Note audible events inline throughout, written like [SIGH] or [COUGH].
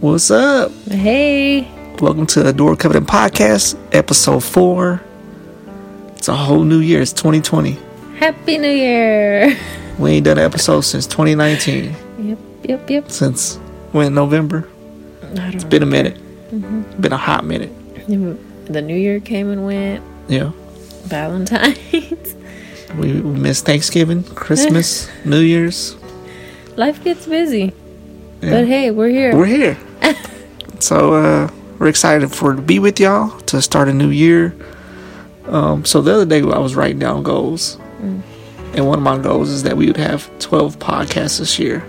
What's up? Hey. Welcome to Adore Covenant Podcast, episode four. It's a whole new year. It's 2020. Happy New Year. [LAUGHS] We ain't done an episode since 2019. Yep, yep, yep. Since when? November. I don't Been a minute. Been a hot minute. know. The New Year came and went. Yeah. Valentine's. [LAUGHS] We we missed Thanksgiving, Christmas, New Year's. Life gets busy. Yeah. But hey, we're here. We're here. so uh, we're excited for to be with y'all to start a new year. Um, so the other day I was writing down goals, and one of my goals is that we would have twelve podcasts this year,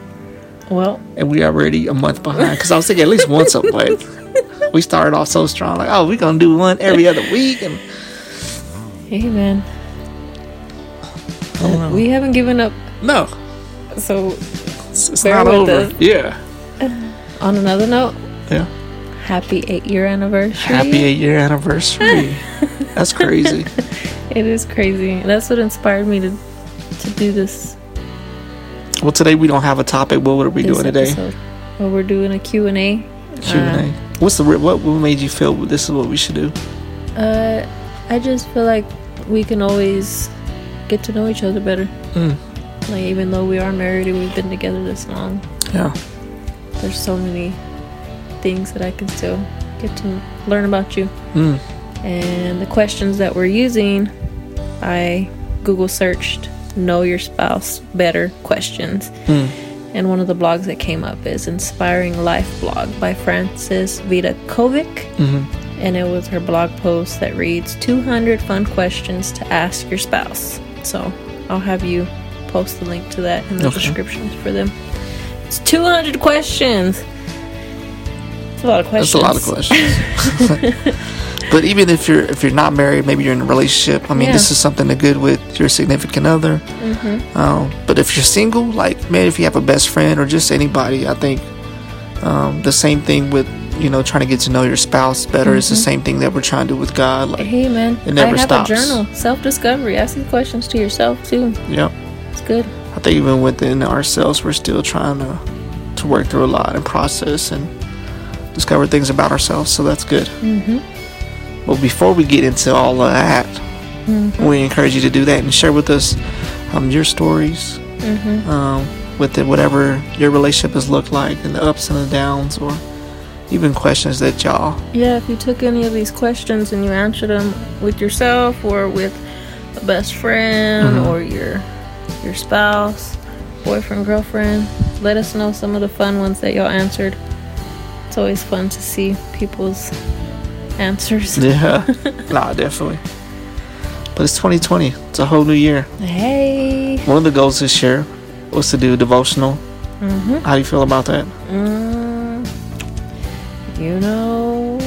well, and we already a month behind. Because I was thinking at least once a like we started off so strong, like oh we're gonna do one every other week, and hey, man. don't know. We haven't given up. no, So, it's, it's Bear not with over. us. Yeah, on another note, yeah. happy eight year anniversary. Happy eight year anniversary. That's crazy. It is crazy. And That's what inspired me to to do this. Well, today we don't have a topic. What are we this doing today? episode. Well, we're doing a Q&A. Q and A. What's the re- what? What made you feel this is what we should do? Uh, I just feel like we can always get to know each other better. Mm. Like even though we are married and we've been together this long, Yeah, there's so many things that I can still get to learn about you. Mm. And the questions that we're using, I Google searched "Know Your Spouse Better" questions. Mm. And one of the blogs that came up is Inspiring Life blog by Frances Vita Kovic. Mm-hmm. And it was her blog post that reads 200 fun questions to ask your spouse. So I'll have you post the link to that in the Okay. descriptions for them. It's 200 questions. It's a lot of questions. that's a lot of questions. [LAUGHS] but even if you're if you're not married, maybe you're in a relationship. I mean, this Yeah. Mm-hmm. is something to good with your significant other. Um, but if you're single, like man, if you have a best friend or just anybody, I think um, the same thing with you know trying to get to know your spouse better is the same thing that we're trying to do with God. Like, Mm-hmm. Hey man, It never I have stops. a journal, self discovery. Ask these questions to yourself too. yeah. It's good. I think even within ourselves, we're still trying to to work through a lot and process and discover things about ourselves. So that's good. Mm-hmm. Mm-hmm. Well, before we get into all of that, we encourage you to do that and share with us um, your stories um, with the, whatever your relationship has looked like and the ups and the downs or even questions that y'all Yeah, if you took any of these questions and you answered them with yourself or with a best friend Mm-hmm. or your your spouse, boyfriend, girlfriend, let us know some of the fun ones that y'all answered. It's always fun to see people's answers. yeah [LAUGHS] nah definitely but it's 2020 it's a whole new year Hey, One of the goals this year was to do a devotional. Mm-hmm. How do you feel about that? mm, you know,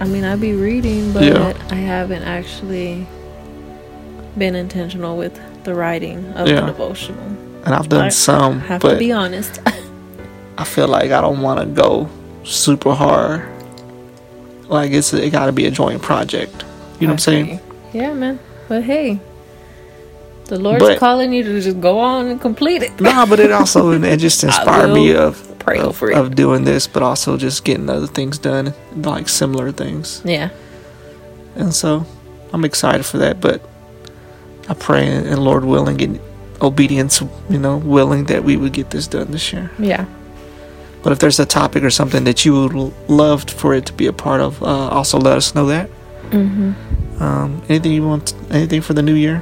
I mean, I be reading, but Yeah. I haven't actually been intentional with the writing of Yeah. the devotional. And I've done I some, have to but be honest. I feel like I don't want to go super hard. Like it's it got to be a joint project. You know what [LAUGHS] I'm saying? Yeah, man. But hey, the Lord's But- calling you to just go on and complete it. Nah, but it [LAUGHS] also it just inspired me will of pray of, for it. of doing this, but also just getting other things done, like similar things. Yeah. And so I'm excited for that, but I pray and Lord willing and obedience, you know, willing that we would get this done this year. Yeah. But if there's a topic or something that you would l- love for it to be a part of, uh, also let us know that. Mm-hmm. Um, anything you want? Anything for the new year?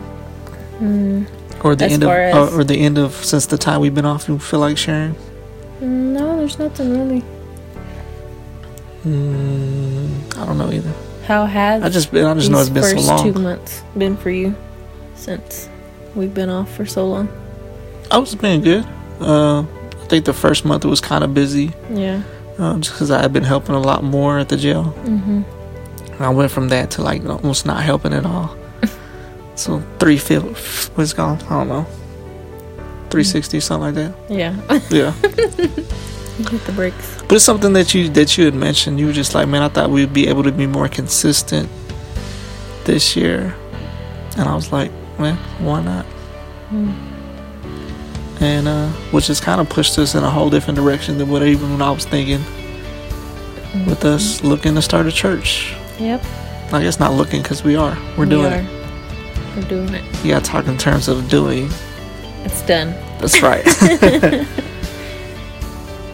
Mm, or the As end of, far as- or, or the end of since the time we've been off, you feel like sharing? No, there's nothing really. Mm, I don't know either. How has I just been, I just know it's these been so first two long. months been for you since we've been off for so long? I was been good. Uh, I think the first month it was kind of busy, Yeah. uh, just because I had been helping a lot more at the jail. Mm-hmm. And I went from that to like almost not helping at [LAUGHS] all. so three fil- what's it called? I don't know. 360 something like that. Yeah. [LAUGHS] Yeah, Hit the brakes. but it's something that you that you had mentioned. You were just like, man, I thought we'd be able to be more consistent this year, and I was like, man, why not? Mm, And uh, which has kind of pushed us in a whole different direction than what even when I was thinking. with us looking to start a church. Yep. I guess not looking because we are. We're we doing are. it. We're doing it. You gotta talk in terms of [LAUGHS] doing. It's done. That's [LAUGHS] right.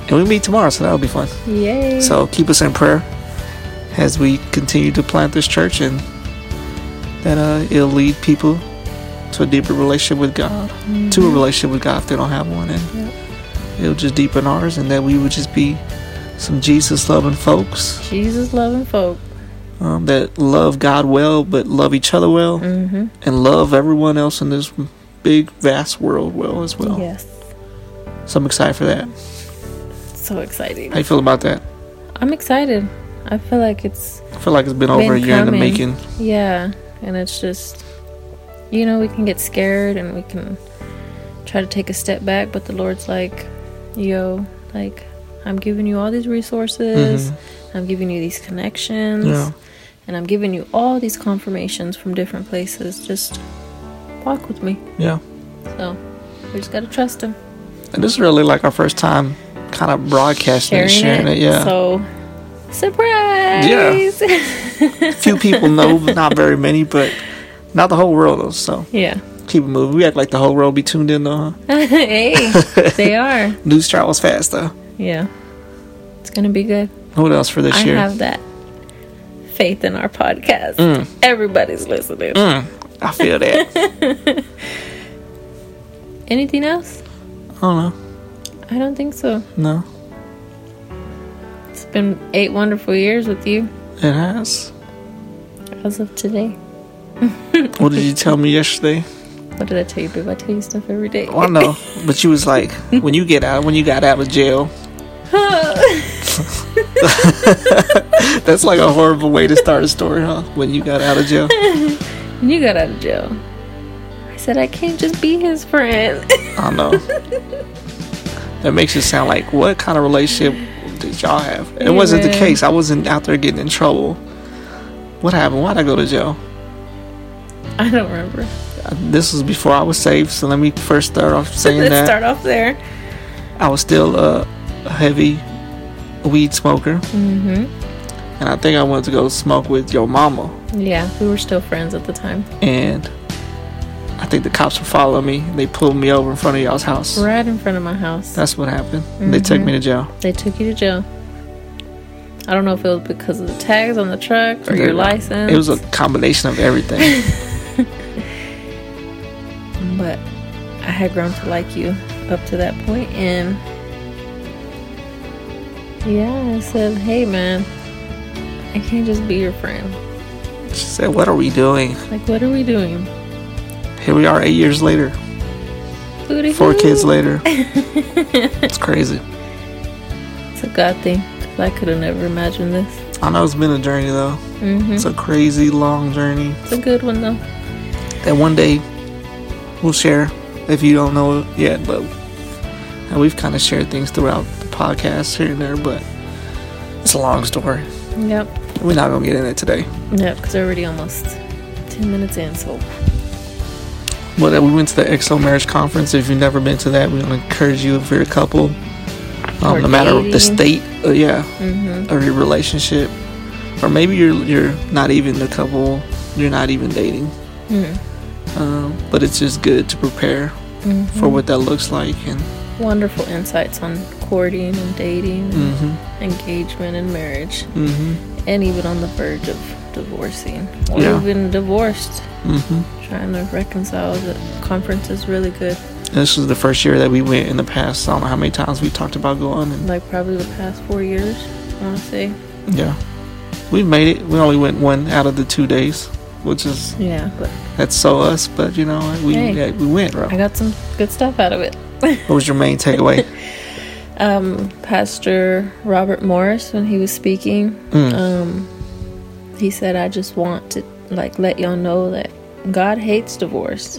and we meet tomorrow, so that'll be fun. Yay. So keep us in prayer as we continue to plant this church and that uh, it'll lead people to a deeper relationship with God, to Mm-hmm. a relationship with God if they don't have one. And it'll just deepen ours and that we would just be some Jesus loving folks Jesus loving folk. um, that love God well, but love each other well Mm-hmm. and love everyone else in this big, vast world well as well. Yes. So I'm excited for that. So exciting. How you feel about that? I'm excited. I feel like it's I feel like it's been over Been a year in the coming. making. yeah, and it's just you know, we can get scared and we can try to take a step back, but the Lord's like, yo, like I'm giving you all these resources. I'm giving you these connections. Mm-hmm. Yeah. And I'm giving you all these confirmations from different places. Just walk with me. Yeah. So we just gotta trust him. And this is really like our first time kind of broadcasting Sharing, and sharing it. it. Yeah. So surprise. Yeah. [LAUGHS] Few people know, but not very many, but not the whole world though. So [LAUGHS] yeah. keep it moving. We act like the whole world be tuned in though. Huh? [LAUGHS] hey, they are. News travels fast though. Yeah. It's going to be good. What else for this I year? have that faith in our podcast. Mm. Everybody's listening. I feel [LAUGHS] that. I Anything else? don't know. I don't think so. No. It's been eight wonderful years with you It has. as of today. What did you tell me yesterday? What did I tell you, babe? I tell you stuff every day. [LAUGHS] Well, I know, but you was like, when you get out, when you got out of jail. That's like a horrible way to start a story, huh? When you got out of jail. When you got out of jail, I said, I can't just be his friend. [LAUGHS] I don't know. that makes it sound like what kind of relationship did y'all have? It wasn't the Amen. case. I wasn't out there getting in trouble. What happened? Why'd I go to jail? I don't remember. Uh, This was before I was saved, so let me first start [LAUGHS] off saying Let's that start off there. I was still uh, a heavy weed smoker. Mm-hmm. And I think I went to go smoke with your mama. Yeah, we were still friends at the time. And I think the cops were following me. They pulled me over in front of y'all's house. Right Mm-hmm. in front of my house. That's what happened. They took me to jail. They took you to jail. I don't know if it was because of the tags on the truck or your license. It was a combination of everything. [LAUGHS] but I had grown to like you up to that point, and yeah, I said, "Hey, man, I can't just be your friend. She said, What are we doing? Like, what are we doing? Here we are eight years later, Booty four hoo." kids [LAUGHS] later. it's crazy. It's a God thing. 'cause I could have never imagined this. I know it's been a journey though. It's a crazy long journey It's a good one, though. that one day we'll share if you don't know it yet. But and we've kind of shared things throughout the podcast here and there, but it's a long story. Yep, We're not gonna get in it today. yep. Because we're already almost ten minutes in, so But uh, we went to the EXO marriage conference. If you've never been to that, we want to encourage you if you're a couple, um, Or no matter the dating. state, uh, yeah, of your relationship, or maybe you're you're not even the couple, you're not even dating. Mm-hmm. Um, but it's just good to prepare for Mm-hmm. what that looks like, and wonderful insights on courting and dating and Mm. engagement and marriage mm-hmm, and even on the verge of divorcing or Yeah. even divorced mm-hmm, trying to reconcile the conference is really good this was the first year that we went in the past. I don't know how many times we talked about going, and like probably the past four years i want to say yeah, we made it. We only went one out of the two days, which is yeah but that's so us. But you know, we Hey. yeah, we went, bro. i got some good stuff out of it Um, What was your main [LAUGHS] takeaway? pastor robert morris when he was speaking Mm, Uh, um, he said i just want to like let y'all know that god hates divorce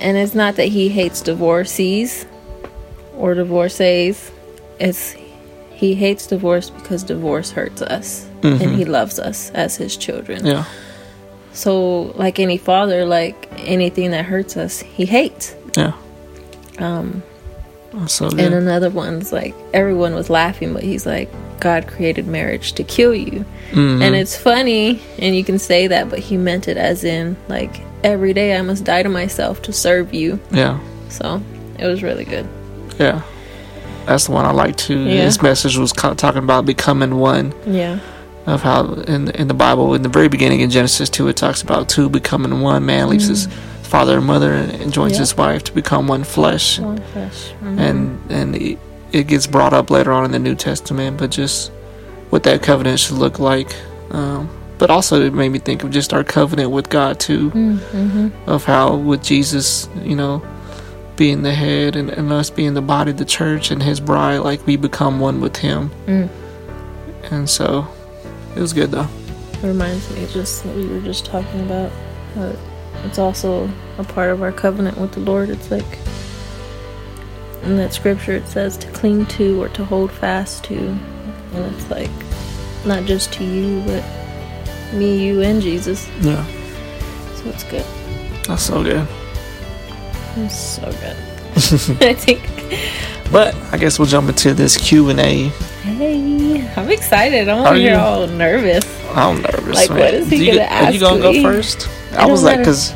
and it's not that he hates divorcees or divorcees it's he hates divorce because divorce hurts us and he loves us as his children yeah, so like any father like anything that hurts us he hates yeah. Um, so good. and another one's like everyone was laughing but he's like God created marriage to kill you. Mm-hmm, Mm. And it's funny, and you can say that, but he meant it as in, like, every day I must die to myself to serve you. Yeah. So it was really good. Yeah. That's the one I like too. Yeah. His message was kind of talking about becoming one Yeah. of how in in the Bible in the very beginning in Genesis two it talks about two becoming one. Man leaves his father and mother and joins Mm. Yeah. Mm-hmm. his wife to become one flesh. One flesh. And and it, it gets brought up later on in the New Testament, but just what that covenant should look like. Um, but also it made me think of just our covenant with God too, Mm-hmm. of how with Jesus, you know. Being the head and, and us being the body of the church and his bride, like we become one with him. Mm. And so it was good though. reminds me just what we were just talking about. Uh, it's also a part of our covenant with the Lord. It's like in that scripture it says to cling to or to hold fast to. And it's like not just to you, but me, you, and Jesus. Yeah. So it's good. That's so good. It's so [LAUGHS] good. I think. But I guess we'll jump into this Q and A. Hey, I'm excited. I'm Are over here you? all nervous. I'm nervous. Like, man. what is he Do you, gonna Are you ask gonna go me? first? I, don't was like, matter. because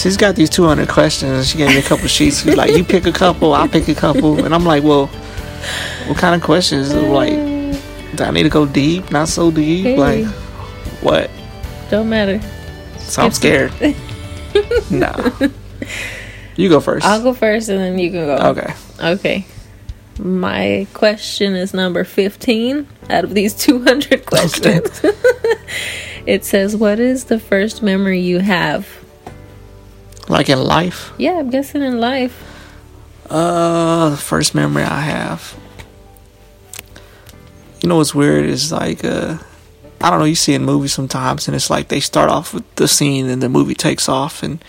she's got these 200 questions. and She gave me a couple sheets. She's like, you pick a couple, I pick a couple, and I'm like, well, what kind of questions? Like, do I need to go deep? Not so deep. Hey. Like, what? Don't matter. So I'm Skip scared. [LAUGHS] nah. You go 1st I'll go first, and then you can go. Okay. Okay. My question is number 15 out of these 200 [LAUGHS] questions. it says, What is the first memory you have? Like in life. Yeah, I'm guessing in life. Uh, the first memory I have. You know what's weird is like uh, I don't know. You see in movies sometimes, and it's like they start off with the scene, and the movie takes off, and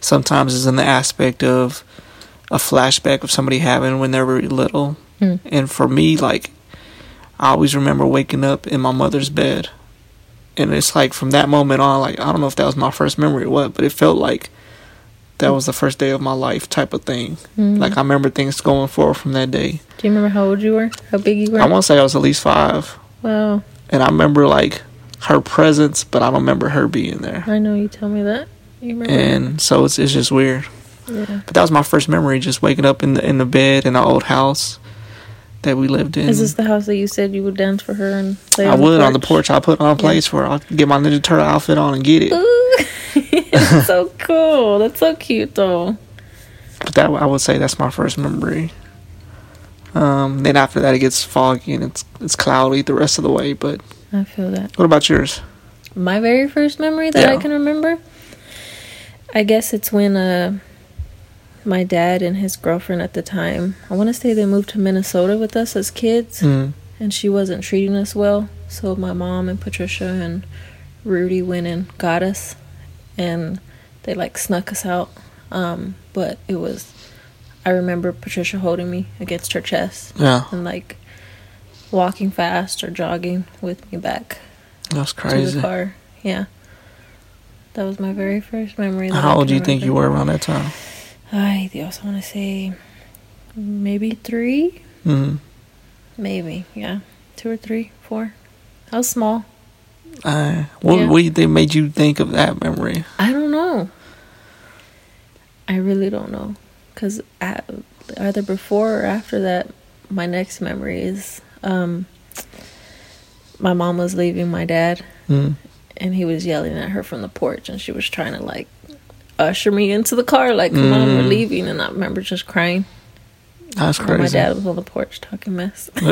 sometimes it's in the aspect of a flashback of somebody having when they were little. And for me, like I always remember waking up in my mother's bed, and it's like from that moment on, like I don't know if that was my first memory or what, but it felt like that was the first day of my life type of thing. Mm-hmm. Like I remember things going forward from that day. Hmm. Do you remember how old you were? How big you were? I want to say I was at least five, wow. and I remember like her presence, but I don't remember her being there. I know you tell me that. You remember? And so it's it's just weird. yeah. But that was my first memory, just waking up in the in the bed in our old house that we lived in. Is this the house that you said you would dance for her and play I would on the porch. I put on a place where I'll get my Ninja Turtle outfit on and get it. [LAUGHS] That's so cool. That's so cute, though. But that I would say that's my first memory. Um, then after that, it gets foggy and it's it's cloudy the rest of the way. But I feel that. what about yours? my very first memory that I Yeah. can remember. I guess it's when uh, my dad and his girlfriend at the time, I want to say they moved to Minnesota with us as kids, Mm. and she wasn't treating us well. So my mom and Patricia and Rudy went and got us, and they like snuck us out. Um, but it was, I remember Patricia holding me against her chest Yeah, and like walking fast or jogging with me back that's to crazy. the car. Yeah. That was my very first memory. that I How old do can you think you remember. were around that time? I also want to say maybe three. Mm. Maybe, yeah. Two or three, four. I was small. Uh, what Yeah. what do you think made you think of that memory? I don't know. I really don't know. Because either before or after that, my next memory is um, my mom was leaving my dad Mm. and he was yelling at her from the porch and she was trying to like usher me into the car like come on Mm. we're leaving and i remember just crying That's while crazy. my dad was on the porch talking mess [LAUGHS]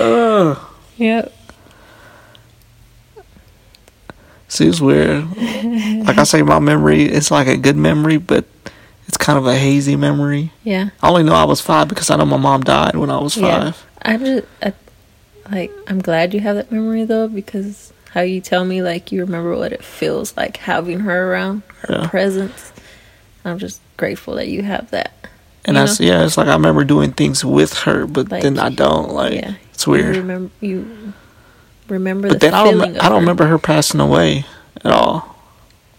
Ugh. yep See, it's weird. like I say, my memory it's like a good memory, but it's kind of a hazy memory. yeah I only know I was five because I know my mom died when I was yeah five. i'm just I, like i'm glad you have that memory though because how you tell me like you remember what it feels like having her around her Yeah. presence i'm just grateful that you have that And you I know? s- yeah, it's like I remember doing things with her, but Like, then I don't. Like yeah it's weird. you remember you remember but the then I don't. feeling rem- I of don't her. remember her passing away at all.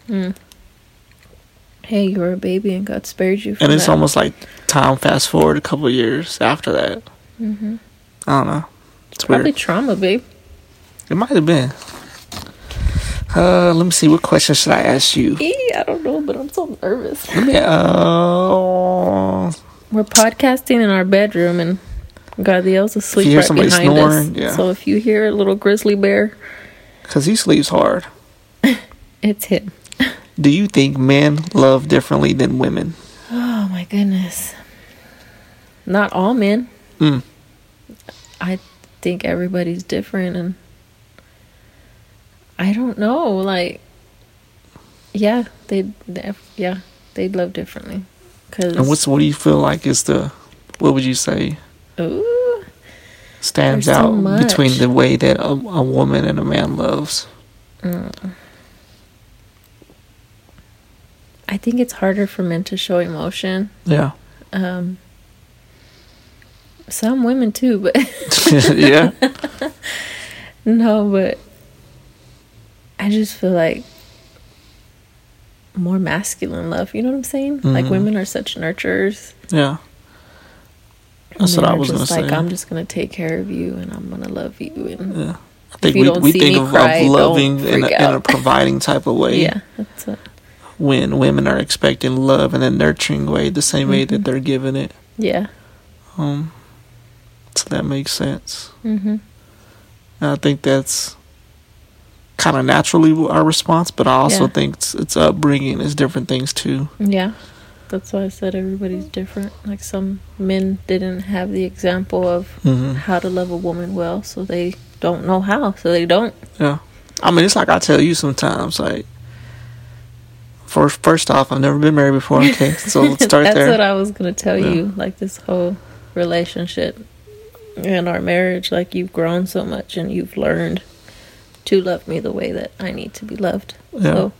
hey you were a baby and god spared you from And it's that. almost Mm-hmm. like time fast forward a couple of years after that. I don't know. It's weird. Probably trauma, babe. It might have been. Uh, let me see. What question should I ask you? Eee, E? I don't know, but I'm so nervous. Let me. Uh, We're podcasting in our bedroom, and Gardiel's asleep If you hear right somebody behind snoring, us. yeah. So if you hear a little grizzly bear, cause he sleeps hard. it's him. Do you think men love differently than women? Oh my goodness. Not all men. Mm. I think everybody's different and I don't know like yeah, they they- yeah, they love differently cuz And what's what do you feel like is the what would you say ooh, stands There's so out much. between the way that a, a woman and a man loves? I think it's harder for men to show emotion. Yeah. Um some women too, but [LAUGHS] [LAUGHS] yeah. No, but I just feel like more masculine love. You know what I'm saying? Like Mhm. women are such nurturers. Yeah. That's Men what I are was gonna just like, say. I'm just gonna take care of you, and I'm gonna love you, and yeah. I think you we, don't we see think me of, cry, of don't loving in a, freak in a out. [LAUGHS] providing type of way yeah, that's it. when women are expecting love in a nurturing way, the same way Mm-hmm. that they're giving it. Yeah, Um, so that makes sense. mm-hmm. And I think that's kind of naturally our response, but I also Yeah. think it's, it's upbringing is different things too. yeah. That's why I said everybody's different. Like some men didn't have the example of hmm how to love a woman well, so they don't know how, so they don't. Yeah, I mean, it's like I tell you sometimes, like. First, first off, I've never been married before. [LAUGHS] Okay, so let's start That's there. what I was gonna tell Yeah. you. Like this whole relationship and our marriage, like you've grown so much and you've learned to love me the way that I need to be loved. Yeah. So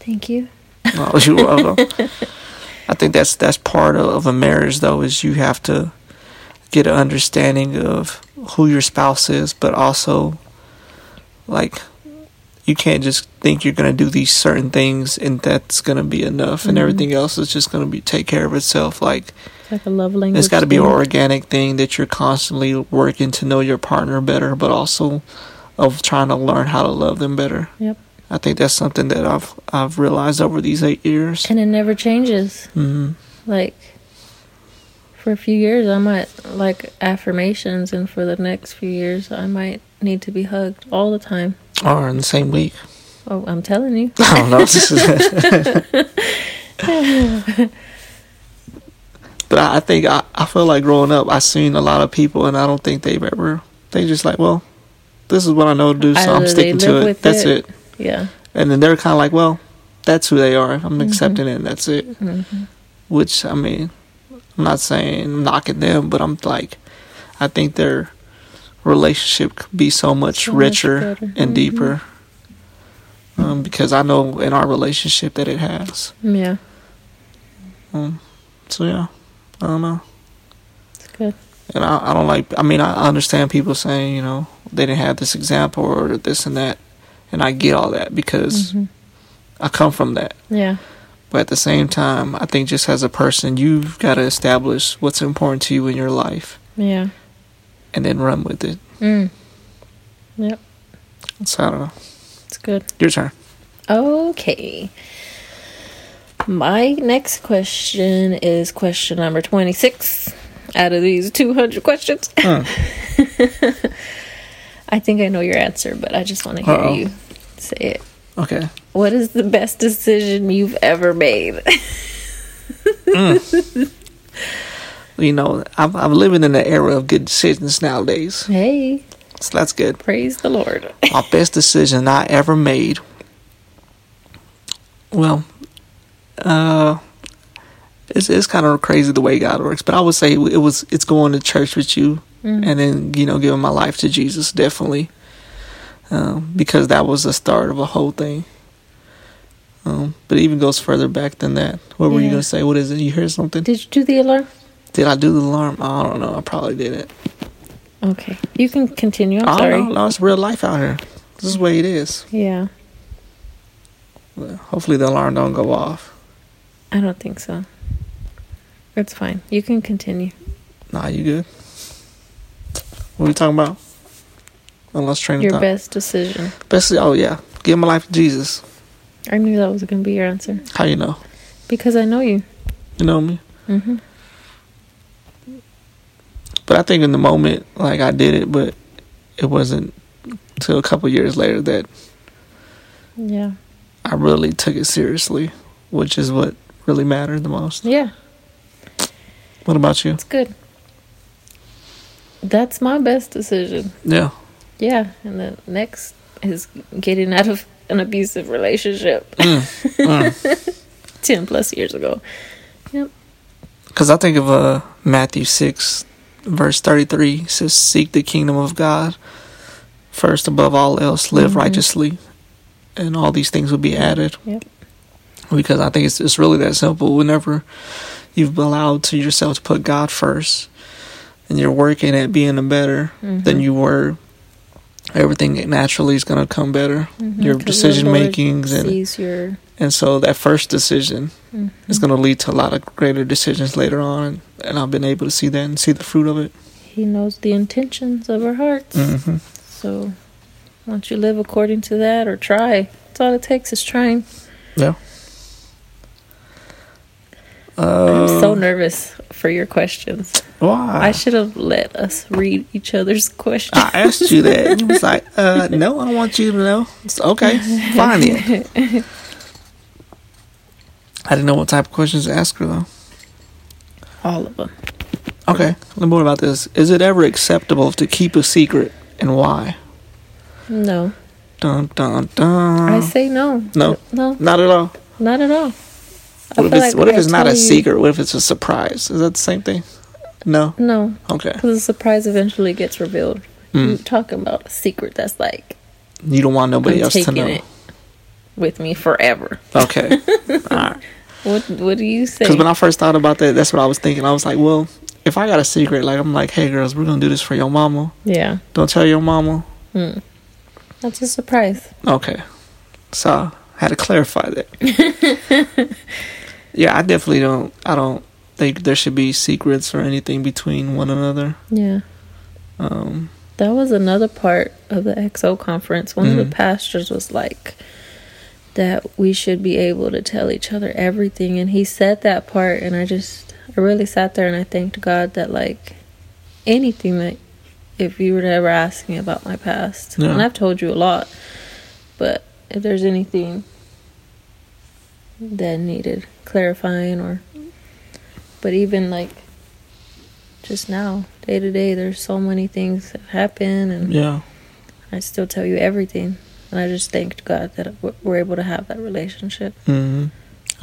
thank you. No, you welcome. I think that's that's part of, of a marriage though is you have to get an understanding of who your spouse is, but also like you can't just think you're gonna do these certain things and that's gonna be enough, and everything else is just gonna be take care of itself. Like It's like a love language. it's got to be an thing. organic thing that you're constantly working to know your partner better, but also of trying to learn how to love them better. Yep. I think that's something that I've I've realized over these eight years. And it never changes. Mm-hmm. Like for a few years I might like affirmations and for the next few years I might need to be hugged all the time. Or in the same week. [LAUGHS] Oh, I'm telling you. I don't know. [LAUGHS] but I I think I, I feel like growing up, I seen a lot of people, and I don't think they've ever. They just like, well, this is what I know to do, so Either I'm they sticking live to it. with That's it. it. Yeah. And then they're kind of like, well, that's who they are. I'm Mm-hmm. accepting it. and That's it. Which I mean, I'm not saying knocking them, but I'm like, I think their relationship could be so much So much richer better. Mm-hmm. and deeper. Um, because I know in our relationship that it has. Yeah. So yeah, I don't know. It's good. And I, I don't like. I mean, I I understand people saying you know they didn't have this example or this and that, and I get all that because Mm-hmm. I come from that. Yeah. But at the same time, I think just as a person, you've got to establish what's important to you in your life Yeah. and then run with it. Mm. Yep, So I don't know. it's good. Your turn. Okay. My next question is question number 26 out of these 200 questions. [LAUGHS] I think I know your answer, but I just want to hear Uh-oh. you say it. Okay. What is the best decision you've ever made? [LAUGHS] You know, I'm, I'm living in an era of good decisions nowadays. hey, So that's good. [LAUGHS] praise the Lord. My best decision I ever made. Well, uh, it's it's kind of crazy the way God works, but I would say it was it's going to church with you, Mm-hmm. Mm. and then you know giving my life to Jesus definitely, um, because that was the start of a whole thing. Um, but it even goes further back than that. What were you Yeah. gonna say? What is it? You heard something? Did you do the alarm? Did I do the alarm? I don't know. I probably didn't. Okay. You can continue. I'm I sorry. don't know. No, it's real life out here. This is the way it is. Yeah. Hopefully the alarm don't go off. I don't think so. It's fine. You can continue. Nah, you good? What are we talking about? Unless train Your of thought. best decision. Best. Oh yeah, give my life to Jesus. I knew that was going to be your answer How you know? because I know you. You know me. hmm But I think in the moment, like I did it, but it wasn't till a couple years later that Yeah. I really took it seriously, which is what really mattered the most. Yeah. What about you? It's good. That's my best decision. Yeah. Yeah. And the next is getting out of an abusive relationship 10 plus years ago. Because I think of uh, Matthew 6, verse 33 it says, Seek the kingdom of God first above all else, live Mm-hmm. righteously, and all these things will be added. Yep. Because I think it's, it's really that simple. Whenever you've allowed to yourself to put God first and you're working at being a better Mm-hmm. than you were, everything naturally is going to come better. Your 'Cause the decision Mm-hmm. Lord makings and sees your and so that first decision is going to lead to a lot of greater decisions later on. And, and I've been able to see that and see the fruit of it. He knows the intentions of our hearts. Mhm. So, once you live according to that or try, that's all it takes is trying. Yeah. Um, I'm so nervous for your questions. Why? I should have let us read each other's questions. I asked you that. and You was like, [LAUGHS] uh, no, I don't want you to know. It's okay. Fine then. I didn't know what type of questions to ask her though. all of them. Okay. A little more about this. Is it ever acceptable to keep a secret and why? No. Dun, dun, dun. I say no. no, No, not at all. not at all. I What if feel it's, like what if I it's not tell a you- secret? What if it's a surprise? Is that the same thing? No. No, Okay. because the surprise eventually gets revealed. Hmm. You talking about a secret that's like You don't want nobody I'm else to taking know. it with me forever. [LAUGHS] Okay. All right. What What do you say? Because when I first thought about that, that's what I was thinking. I was like, well, if I got a secret, like I'm like, hey girls, we're gonna do this for your mama. yeah, Don't tell your mama. that's a surprise. Okay. So I had to clarify that. [LAUGHS] yeah, I definitely don't. I don't think there should be secrets or anything between one another. Yeah. Um, That was another part of the XO conference. One of the pastors was like that we should be able to tell each other everything and he said that part and I just I really sat there and I thanked God that like anything that if you were to ever ask me about my past Yeah. and I've told you a lot but if there's anything that needed clarifying or but even like just now day to day there's so many things that happen and yeah. I still tell you everything. And I just thanked God that w- we're able to have that relationship. hmm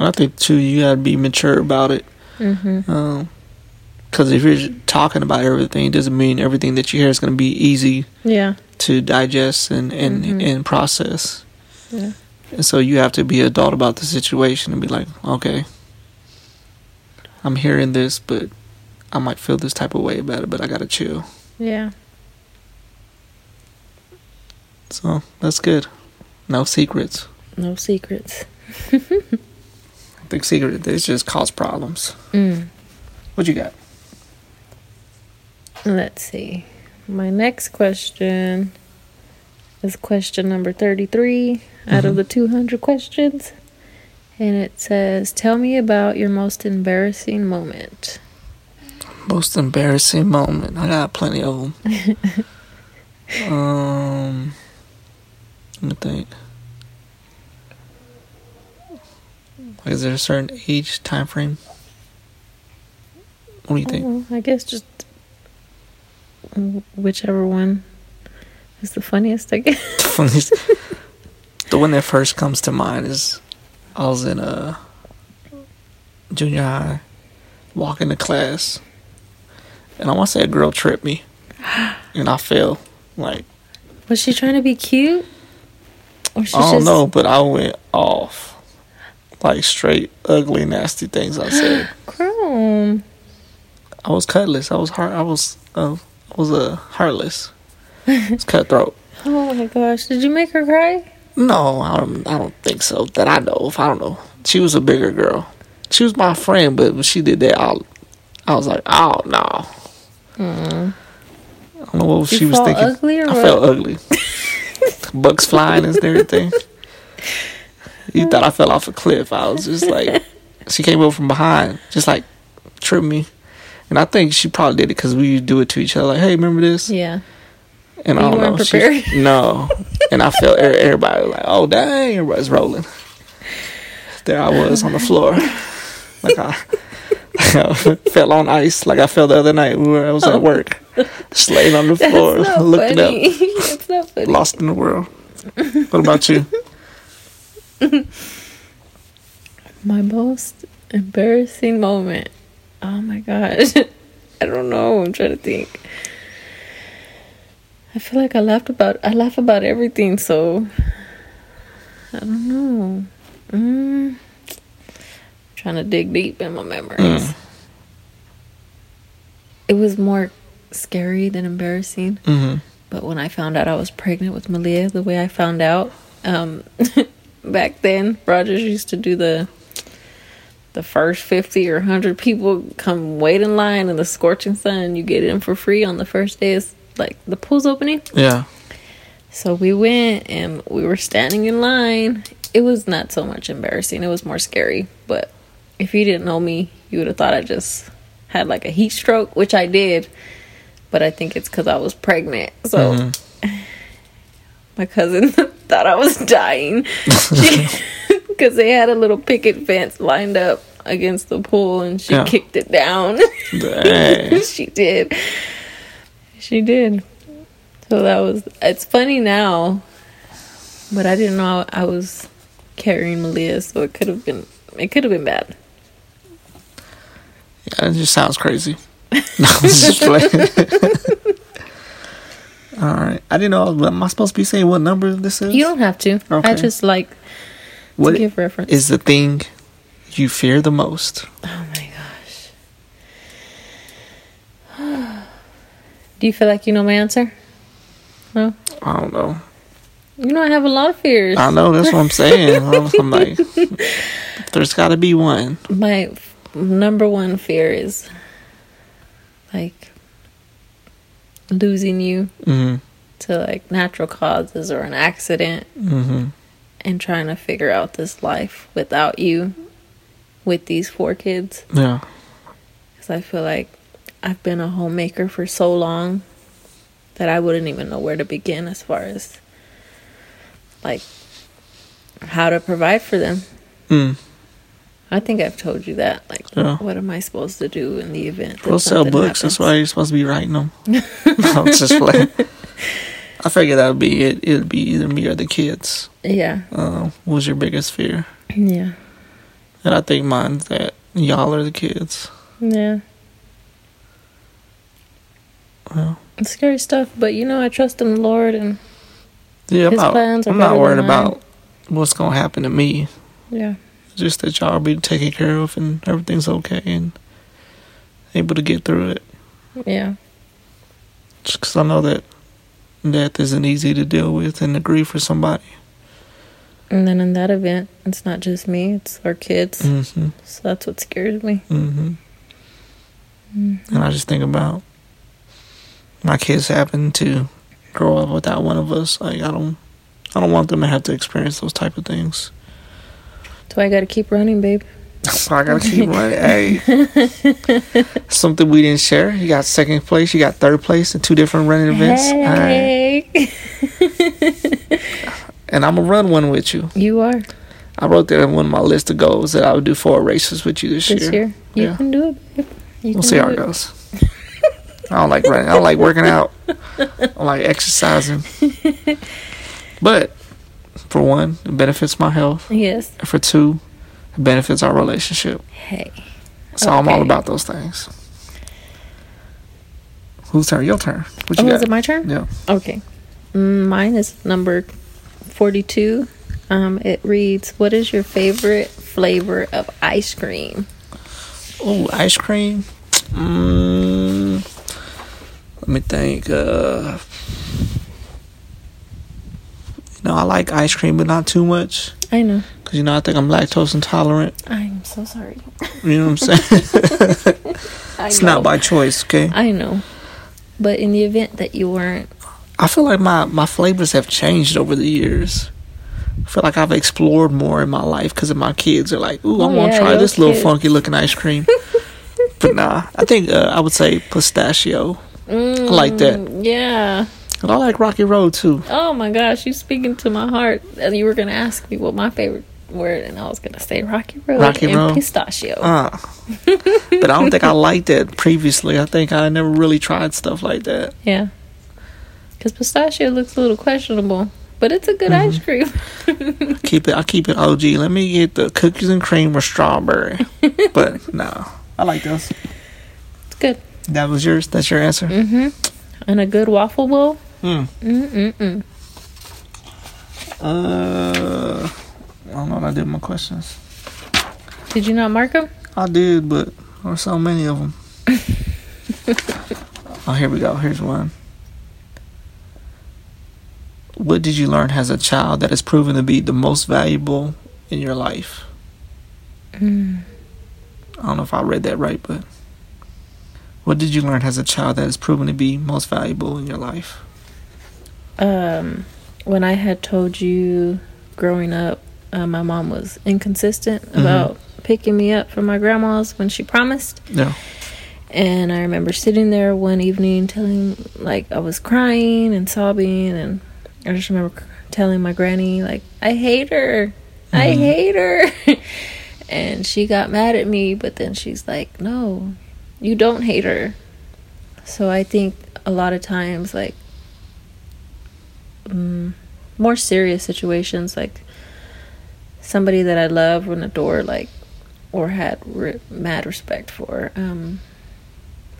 And I think too, you gotta be mature about it. Mm-hmm. Because if you're talking about everything, it doesn't mean everything that you hear is going to be easy Yeah. to digest and, and, and process. Yeah. And so you have to be adult about the situation and be like, okay, I'm hearing this, but I might feel this type of way about it, but I got to chill. Yeah. So that's good. No secrets. No secrets. I think secret, they just cause problems. Mm. What you got? Let's see. My next question is question number 33 out of the 200 questions. And it says, Tell me about your most embarrassing moment. Most embarrassing moment. I got plenty of them. um, let me think. Like, is there a certain age time frame? What do you [LAUGHS] think? Oh, I guess just mm, whichever one is the funniest, I guess. the one that first comes to mind is I was in a junior high, walking to class, and I want to say a girl tripped me, and I fell like. Was she trying to be cute? Or she I don't just, know, but I went off. Like straight, ugly, nasty things I said. Chrome. [GASPS] I was cutless. I was heart. I was. Uh, I was uh, heartless. It's cutthroat. Oh my gosh. Did you make her cry? No, I don't. I don't think so. That I know. of. I don't know. She was a bigger girl. She was my friend, but when she did that, I, I was like, oh no. don't know what You she was felt thinking. ugly or I what? felt [LAUGHS] ugly. Bugs flying and everything. You thought I fell off a cliff. I was just [LAUGHS] like, she came over from behind, just like tripped me. And I think she probably did it because we do it to each other, like, "Hey, remember this?" Yeah. And You I don't weren't know. she- prepared? [LAUGHS] no. And I felt er- everybody was like, "Oh dang!" Everybody's rolling. There I was on the floor, [LAUGHS] like I, [LAUGHS] I fell on ice, like I fell the other night when I was at work, just laying on the Oh. [LAUGHS] That's floor, not looking up funny. [LAUGHS] That's not funny. lost in the [LAUGHS] world. What about you? My most embarrassing moment. Oh my gosh. [LAUGHS] I don't know. I'm trying to think. I feel like I laughed about I laugh about everything, so I don't know. Mm. Trying to dig deep in my memories. Mm. It was more scary than embarrassing. Mm-hmm. But when I found out I was pregnant with Malia, the way I found out, um, [LAUGHS] back then Rogers used to do the the first fifty or hundred people come wait in line in the scorching sun. You get in for free on the first day. It's like the pool's opening. Yeah. So we went and we were standing in line. It was not so much embarrassing, it was more scary. But if you didn't know me, you would have thought I just had like a heat stroke, which I did. But I think it's because I was pregnant. So [LAUGHS] my cousin [LAUGHS] thought I was dying [LAUGHS] because they had a little picket fence lined up against the pool and she Yeah. kicked it down. [LAUGHS] [LAUGHS] Dang. she did. She did. So that was. It's funny now, but I didn't know I was carrying Malia, so it could have been. It could have been bad. Yeah, it just sounds crazy. [LAUGHS] No, I'm just playing. [LAUGHS] All right. I didn't know. I was- Am I supposed to be saying what number this is? You don't have to. I Okay. just like what to give reference. is the thing you fear the most? oh my gosh. [SIGHS] Do you feel like you know my answer? No. I don't know. You know I have a lot of fears. I know. That's what I'm saying. I'm, I'm like, there's got to be one. my f- number one fear is like losing you Mm to like natural causes or an accident hmm. Mm hmm. and trying to figure out this life without you with these four kids Yeah. because i feel like i've been a homemaker for so long that i wouldn't even know where to begin as far as like how to provide for them Mm. i think i've told you that like Yeah. what am i supposed to do in the event that We'll sell something books. That's happens? why you're supposed to be writing [LAUGHS] them. no, I'm just playing. I figured that would be it. It'd be either me or the kids. Yeah, Um, what was your biggest fear? yeah, And I think mine's that y'all are the kids. yeah. Well, It's scary stuff, but you know, I trust in the Lord, and yeah, I'm His not, plans are I'm not better worried than mine. about what's going to happen to me. yeah, Just that y'all be taken care of and everything's okay and able to get through it. yeah, Just 'cause I know that death isn't easy to deal with and to grieve for somebody. and then in that event, it's not just me; it's our kids. hmm So that's what scares me. hmm And I just think about my kids happen to grow up without one of us. Like I don't, I don't want them to have to experience those type of things. So I got to keep running, babe. So I gotta [LAUGHS] keep running. Hey, [LAUGHS] something we didn't share. You got second place. You got third place in two different running events. Hey. Hey, And I'm gonna run one with you. you are I wrote that on one of my list of goals that I would do four races with you this, this year. year. You Yeah. can do it, babe. We'll You can see do how it goes. I don't like running. I don't like working out. I like [LAUGHS] exercising. But for one, it benefits my health. Yes. And for two, it benefits our relationship. Hey. So I'm all Okay. about those things. Whose turn? Your turn. What you Oh, got? is it my turn? yeah. Okay. Mm, Mine is number 42. Um, it reads, What is your favorite flavor of ice cream? Oh, ice cream. Mm, let me think. Uh, you know, I like ice cream, but not too much. I know. Cause you know, I think I'm lactose intolerant. I'm so sorry. You know what I'm saying? [LAUGHS] I it's know. not by choice, okay? I know. But in the event that you weren't, I feel like my, my flavors have changed over the years. I feel like I've explored more in my life because of my kids are like, ooh, I Oh, want to yeah, try your this little kids. funky looking ice [LAUGHS] cream. but nah, I think uh, I would say pistachio. I like that. Mm, yeah. And I like Rocky Road too. Oh my gosh, you speaking to my heart. Uh, You were gonna ask me what my favorite word, and I was gonna say Rocky Road Rocky and Road. pistachio. Uh, but I don't think I liked that previously. I think I never really tried stuff like that. yeah, because pistachio looks a little questionable, but it's a good Mm-hmm. ice cream. Keep it. I keep it OG. Let me get the cookies and cream or strawberry. but no, I like those. It's good. That was yours. That's your answer. And a good waffle bowl. Mm. Mm-mm-mm. Uh, I don't know what I did with my questions. Did you not mark them? I did, but there were so many of them. oh, here we go. Here's one. What did you learn as a child that has proven to be the most valuable in your life? I don't know if I read that right, but what did you learn as a child that has proven to be most valuable in your life? um, when I had told you growing up, uh, my mom was inconsistent about picking me up from my grandma's when she promised. Yeah. And I remember sitting there one evening telling, like, I was crying and sobbing. And I just remember c- telling my granny, like, I hate her. I hate her. [LAUGHS] and she got mad at me, but then she's like, no, you don't hate her. So I think a lot of times, like, mm, more serious situations, like somebody that I love and adore, like, or had re- mad respect for, um,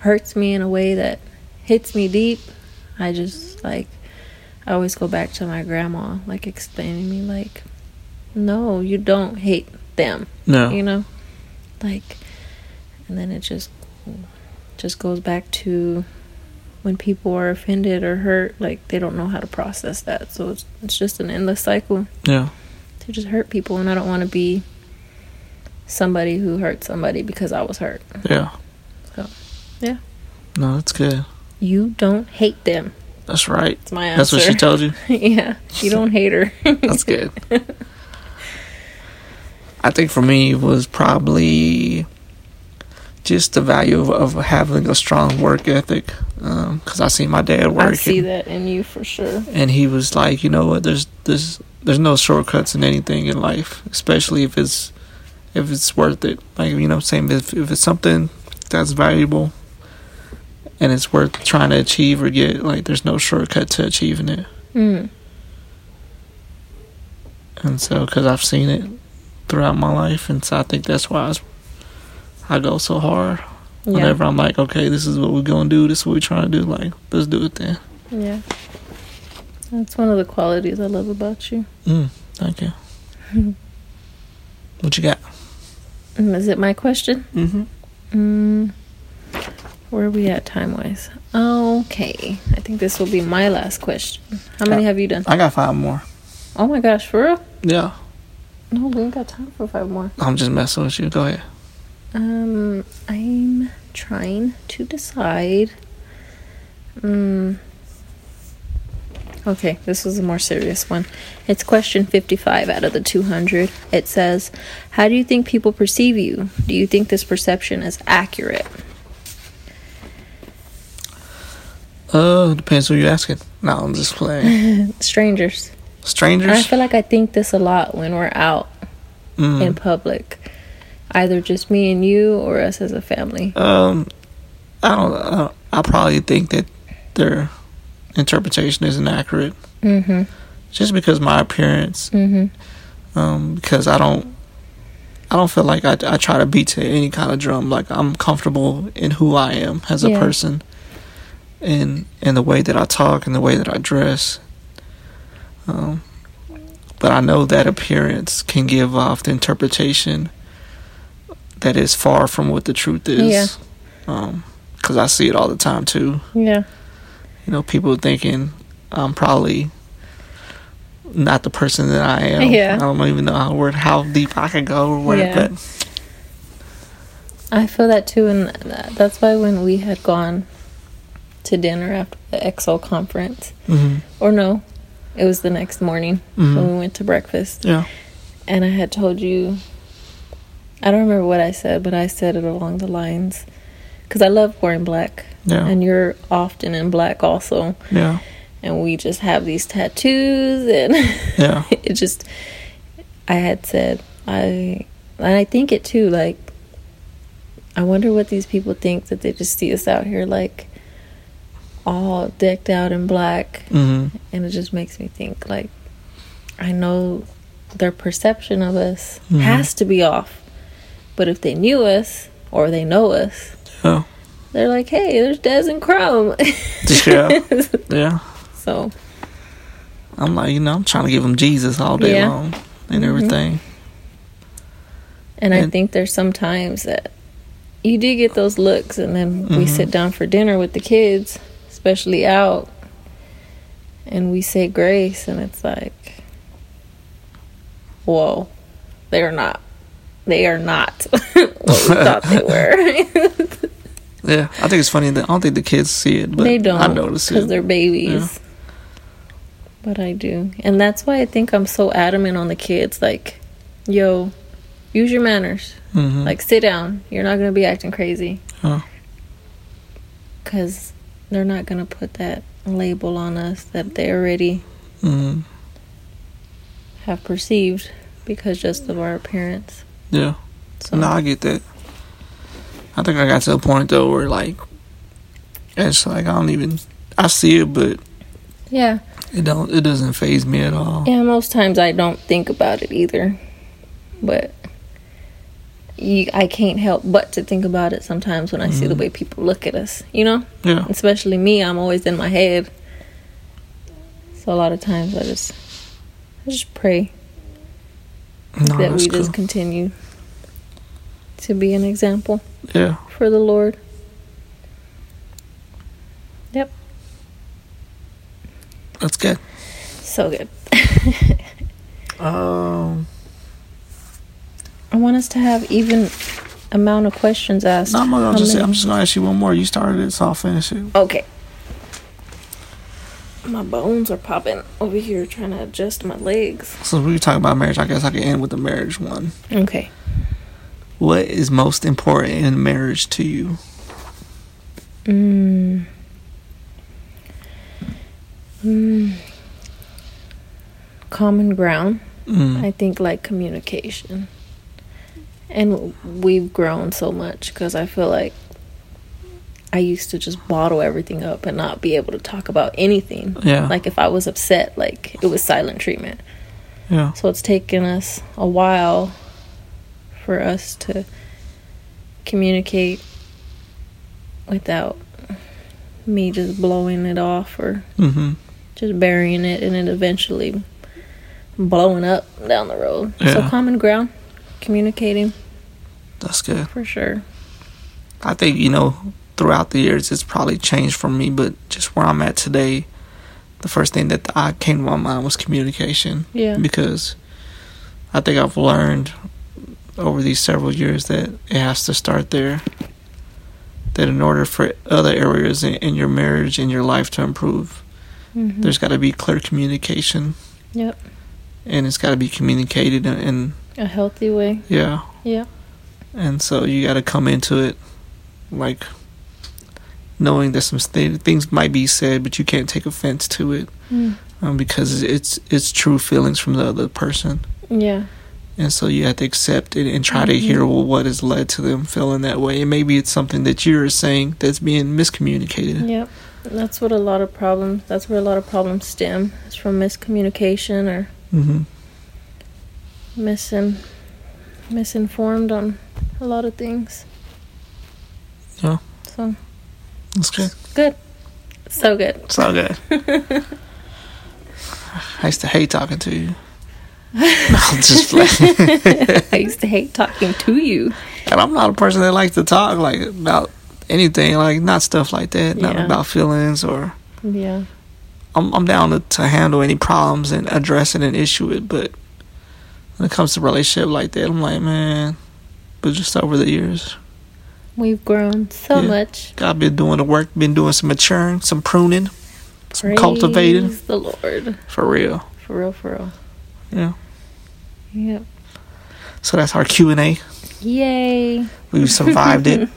hurts me in a way that hits me deep. I just like I always go back to my grandma, like explaining me like, no, you don't hate them, No. you know, like, and then it just just goes back to when people are offended or hurt, like they don't know how to process that, so it's it's just an endless cycle Yeah. to just hurt people, and I don't want to be somebody who hurt somebody because I was hurt. Yeah. So, yeah. No, that's good. You don't hate them. That's right. That's my answer. [LAUGHS] That's what she told you. yeah, you don't hate her. That's good. I think for me it was probably just the value of, of having a strong work ethic. Because I see my dad working, [LAUGHS] I see that in you for sure. and he was like, you know what? There's there's there's no shortcuts in anything in life, especially if it's if it's worth it. Like you know, what I'm saying if if it's something that's valuable and it's worth trying to achieve or get, like there's no shortcut to achieving it. Mm. and so because I've seen it throughout my life, and so I think that's why I, s- I go so hard. Yeah. Whenever I'm like, okay, this is what we're gonna do, this is what we're trying to do, like let's do it then. Yeah. That's one of the qualities I love about you. Mm, thank [LAUGHS] you. what you got? Mm, Is it my question? Mm-hmm. Mm. Where are we at time wise? Okay. I think this will be my last question. How many Uh, have you done? I got five more. Oh my gosh, for real? Yeah, No, we ain't got time for five more. I'm just messing with you. Go ahead. Um, I'm trying to decide. Mm. Okay, this is a more serious one. It's question 55 out of the 200. It says, How do you think people perceive you? Do you think this perception is accurate? Uh, depends who you're asking. No, I'm just [LAUGHS] playing. Strangers. I Strangers. Mm, feel like I think this a lot when we're out in public, either just me and you or us as a family. Um, I don't. Uh, I probably think that their interpretation isn't accurate. Mm-hmm. just because my appearance Mm-hmm. um, because I don't I don't feel like I, I try to beat to any kind of drum like I'm comfortable in who I am as a Yeah. person and and the way that I talk and the way that I dress um, but I know that appearance can give off the interpretation that is far from what the truth is because I see it all the time too Yeah. you know, people thinking I'm probably not the person that I am. Yeah. I don't even know how where, how deep I can go or where, Yeah. but I feel that too, and th- that's why when we had gone to dinner after the EXO conference. hmm Or no, it was the next morning when we went to breakfast. mm-hmm. Yeah. And I had told you, I don't remember what I said, but I said it along the lines because I love wearing black. Yeah. And you're often in black also. Yeah. And we just have these tattoos and. Yeah. [LAUGHS] it just i had said i and i think it too like i wonder what these people think that they just see us out here like all decked out in black hmm and it just makes me think like i know their perception of us Mhm. has to be off but if they knew us or they know us Yeah. they're like hey there's des and chrome Yeah. Yeah. [LAUGHS] so I'm like, you know, I'm trying to give them Jesus all day Yeah. Mm-hmm. long and everything. And I And- think there's sometimes that you do get those looks, and then Mm-hmm. we sit down for dinner with the kids, especially out, and we say grace, and it's like, whoa, they are not, they are not [LAUGHS] what we thought [LAUGHS] they were. [LAUGHS] Yeah. I think it's funny that I don't think the kids see it, but they don't, I notice because it. they're babies. But I do, and that's why I think I'm so adamant on the kids. Like, yo, use your manners. hmm Like, sit down. You're not going to be acting crazy. Yeah. Because they're not going to put that label on us that they already hmm have perceived because just of our appearance. Yeah. So, No, I get that. I think I got to a point though where like it's like I don't even I see it but yeah. it don't it doesn't phase me at all. Yeah, most times I don't think about it either. But you, I can't help but to think about it sometimes when I see the way people look at us, you know? Yeah. Especially me, I'm always in my head. So a lot of times I just I just pray No, that that's we cool. just continue to be an example Yeah. for the Lord. Yep, That's good. so good. Um I want us to have even amount of questions asked. no, I'm gonna How just many- I'm just gonna ask you one more. You started it, so I'll finish it. okay. My bones are popping over here trying to adjust my legs. So we were talking about marriage, I guess I can end with the marriage one. Okay. What is most important in marriage to you? Mm. Mm. Common ground. Mm. I think like communication. And we've grown so much because I feel like I used to just bottle everything up and not be able to talk about anything. Yeah. Like if I was upset, like it was silent treatment. yeah. So it's taken us a while for us to communicate without me just blowing it off or Mm-hmm. just burying it and it eventually blowing up down the road. So Yeah. common ground, communicating That's good. for sure. I think you know throughout the years it's probably changed for me, but just where I'm at today, the first thing that I came to my mind was communication Yeah. because I think I've learned over these several years that it has to start there. That in order for other areas in, in your marriage and your life to improve, Mhm. there's got to be clear communication Yep. and it's got to be communicated and, and A healthy way. yeah, Yep. and so you got to come into it like knowing that some th- things might be said, but you can't take offense to it Mm. um, because it's it's true feelings from the other person, Yeah. and so you have to accept it and try to hear well, what has led to them feeling that way, and maybe it's something that you're saying that's being miscommunicated. Yep. That's what a lot of problems that's where a lot of problems stem. It's from miscommunication or hmm misin misinformed on a lot of things. Yeah. So That's good. good. So good. It's all good. [LAUGHS] I used to hate talking to you. [LAUGHS] No, I'm just like. I used to hate talking to you. And I'm not a person that likes to talk like about anything, like not stuff like that, not Yeah. about feelings or Yeah. I'm I'm down to, to handle any problems and address it and issue it, but when it comes to relationship like that, I'm like, man, but just over the years, We've grown so Yeah. much. God been doing the work, been doing some maturing, some pruning, some cultivating. Praise the Lord. For real. For real, for real. Yeah. Yep. So that's our Q and A. Yay. We survived [LAUGHS] it.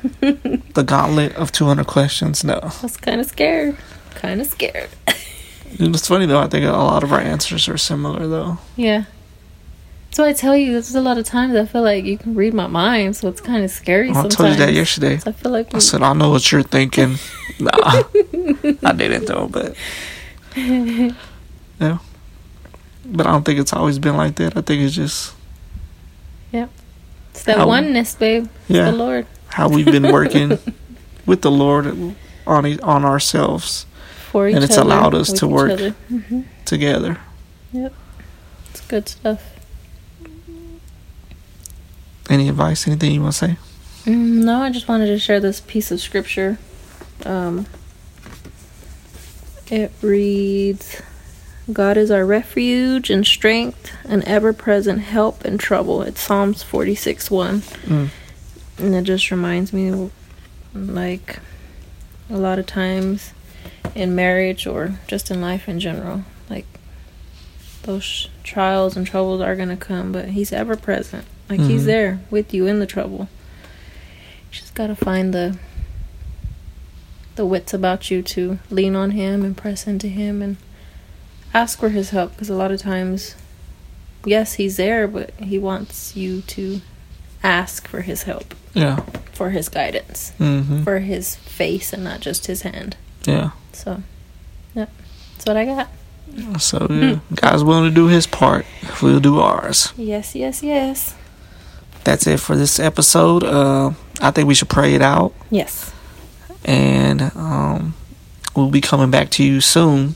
The gauntlet of 200 questions. No, I was kind of scared. Kind of scared. it was funny though. I think a lot of our answers are similar though. Yeah. So I tell you, there's a lot of times I feel like you can read my mind, so it's kind of scary I sometimes. told you that yesterday. So I feel like I we, said I know what you're thinking. [LAUGHS] nah, I didn't though. But [LAUGHS] yeah, but I don't think it's always been like that. I think it's just it's that I- oneness, babe. The yeah Lord how we've been working with the Lord on e- on ourselves for each And other. it's allowed us with to each work. other. together. It's good stuff. Any advice? Anything you want to say? Mm, No, I just wanted to share this piece of scripture. Um, it reads God is our refuge and strength, an ever present help in trouble. It's Psalms 46 1. Mm. And it just reminds me, like, a lot of times in marriage or just in life in general, like, those trials and troubles are going to come, but He's ever present. Like, He's Mhm. there with you in the trouble. You just got to find the the wits about you to lean on him and press into him and ask for his help because a lot of times yes he's there but he wants you to ask for his help Yeah. for his guidance hmm for his face and not just his hand Yeah. so yep that's what i got So yeah, God's willing to do His part. We'll do ours. yes yes yes That's it for this episode. Uh, I think we should pray it out, yes and um, we'll be coming back to you soon,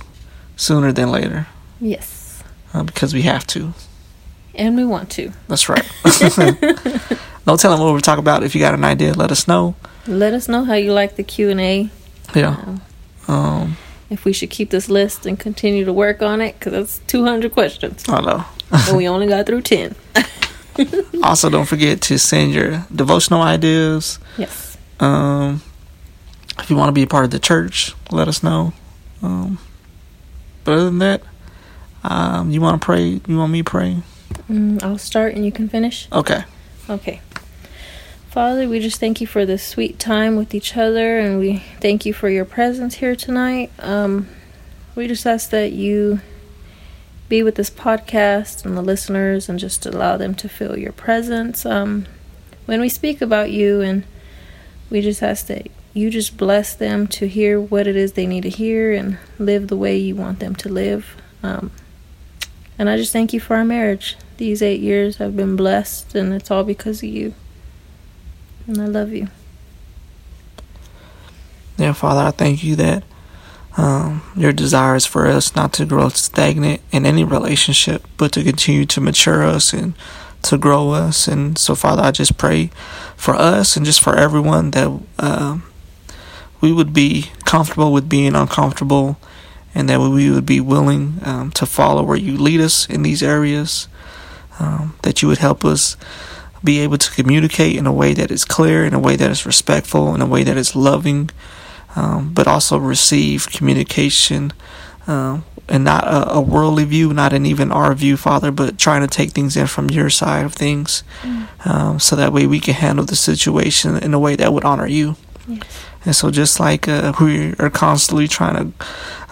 sooner than later, yes uh, because we have to. and we want to That's right. no telling what we're talking about. If you got an idea, let us know. let us know how you like the q&a Yeah. Um, if we should keep this list and continue to work on it because that's 200 [LAUGHS] questions I don't know. and we only got through 10 Also, don't forget to send your devotional ideas. yes Um, if you want to be a part of the church, let us know. Um, but other than that, um, you want to pray? You want me to pray? mm, i'll start and you can finish Okay. okay father we just thank you for this sweet time with each other and we thank you for your presence here tonight um, we just ask that you be with this podcast and the listeners and just allow them to feel your presence um, when we speak about you and we just ask that you just bless them to hear what it is they need to hear and live the way you want them to live um, and i just thank you for our marriage these eight years i've been blessed and it's all because of you and i love you Yeah, Father, I thank you that um, your desire is for us not to grow stagnant in any relationship, but to continue to mature us and to grow us. And so, Father, I just pray for us and just for everyone that um, we would be comfortable with being uncomfortable and that we would be willing um, to follow where you lead us in these areas, um, that you would help us be able to communicate in a way that is clear, in a way that is respectful, in a way that is loving, um, but also receive communication um, and not a, a worldly view, not an even our view, Father, but trying to take things in from your side of things um, so that way we can handle the situation in a way that would honor you. yes And so, just like uh, we are constantly trying to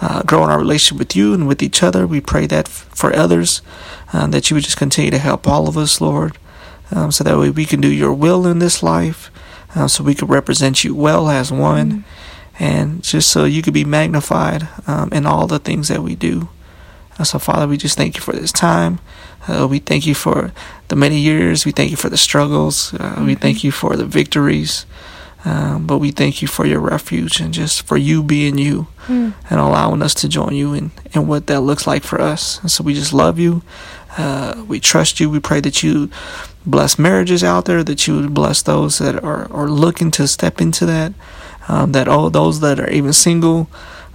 uh, grow in our relationship with you and with each other, we pray that f- for others, uh, that you would just continue to help all of us, Lord, um, so that way we can do your will in this life, uh, so we can represent you well as Mm. one, and just so you could be magnified um, in all the things that we do. Uh, so, Father, we just thank you for this time. Uh, we thank you for the many years. We thank you for the struggles. Uh, We thank you for the victories. Um, but we thank you for your refuge and just for you being you Mm. and allowing us to join you in, in what that looks like for us. And so we just love you. Uh, we trust you. We pray that you bless marriages out there, that you would bless those that are, are looking to step into that, um, that all those that are even single.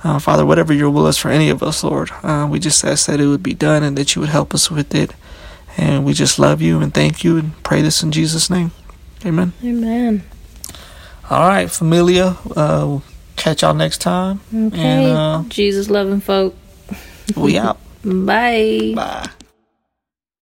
Uh, Father, whatever your will is for any of us, Lord, uh, we just ask that it would be done and that you would help us with it. And we just love you and thank you and pray this in Jesus' name. Amen. amen All right, familia. Uh, catch y'all next time. Okay. And uh, Jesus loving folk. we out. Bye. Bye.